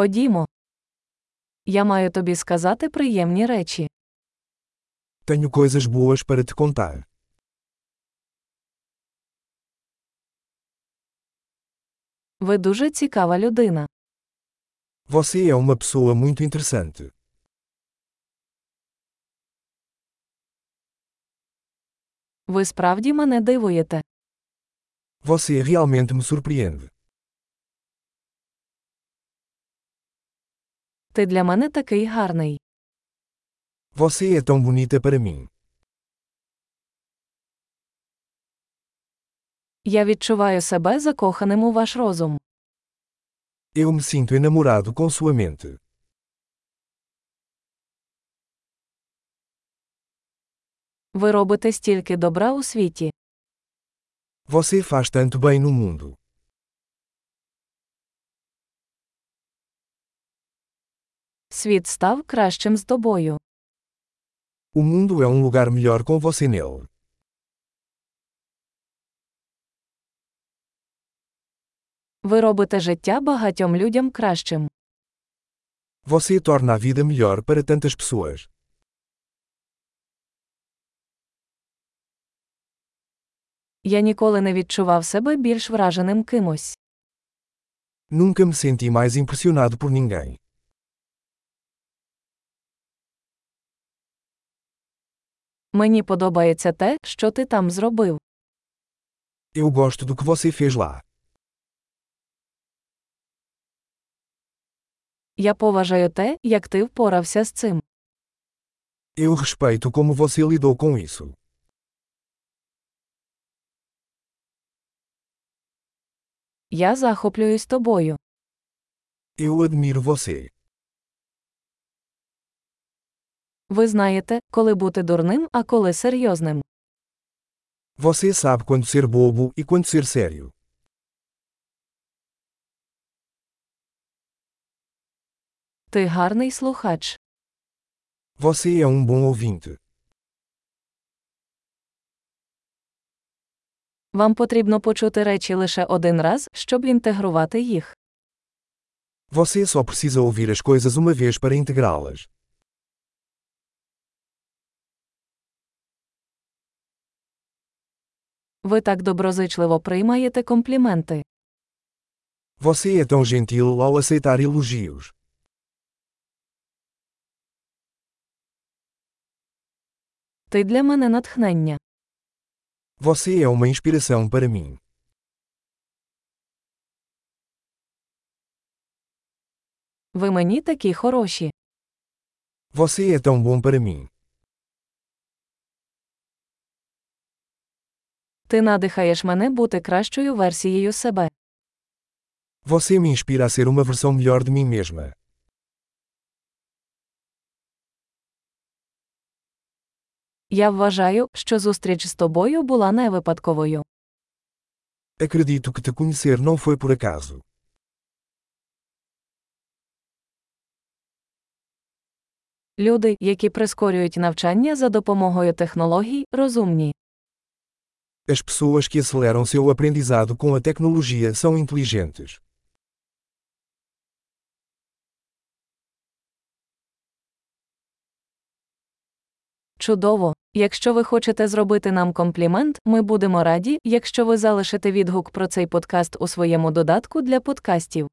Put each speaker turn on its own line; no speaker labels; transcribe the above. Ходімо. Я mаю тобі сказати приємні речі.
Tenho coisas boas para te contar.
Ви дуже цікава людина.
Você é uma pessoa muito interessante.
Ви справді мене дивуєте.
Você realmente me surpreende.
Ти для мене такий гарний.
Você é tão bonita para mim.
Я відчуваю себе закоханим у ваш розум.
Eu me sinto enamorado com sua mente.
Ви робите стільки добра у світі.
Você faz tanto bem no mundo.
Світ став кращим з тобою.
O mundo é um lugar melhor com você nele.
Ви робите життя багатьом людям кращим.
Você torna a vida melhor para tantas pessoas.
Я ніколи не відчував себе більш враженим кимось.
Nunca me senti mais impressionado por ninguém.
Мені подобається те, що ти там зробив.
Eu gosto do que você fez lá.
Я поважаю те, як ти впорався з цим.
Eu respeito como você lidou com isso.
Я захоплююсь тобою.
Eu admiro você.
Ви знаєте, коли бути дурним, а коли серйозним.
Você sabe quando ser bobo e quando ser sério.
Ти гарний слухач.
Você é um bom ouvinte.
Вам потрібно почути речі лише один раз, щоб інтегрувати їх.
Você só precisa ouvir as coisas uma vez para integrá-las.
Ви так доброзичливо приймаєте компліменти.
Você é tão gentil ao aceitar elogios.
Ти для мене натхнення.
Você é uma inspiração para mim.
Ви мені такі хороші.
Você é tão bom para mim.
Ти надихаєш мене бути кращою версією себе.
Você me inspira a ser uma versão melhor de mim mesma.
Я вважаю, що зустріч з тобою була не випадковою.
Acredito que te conhecer não foi por acaso.
Люди, які прискорюють навчання за допомогою технологій, розумні.
As pessoas que aceleram seu aprendizado com a tecnologia são inteligentes.
Чудово! Якщо ви хочете зробити нам комплімент, ми будемо раді, якщо ви залишите відгук про цей подкаст у своєму додатку для подкастів.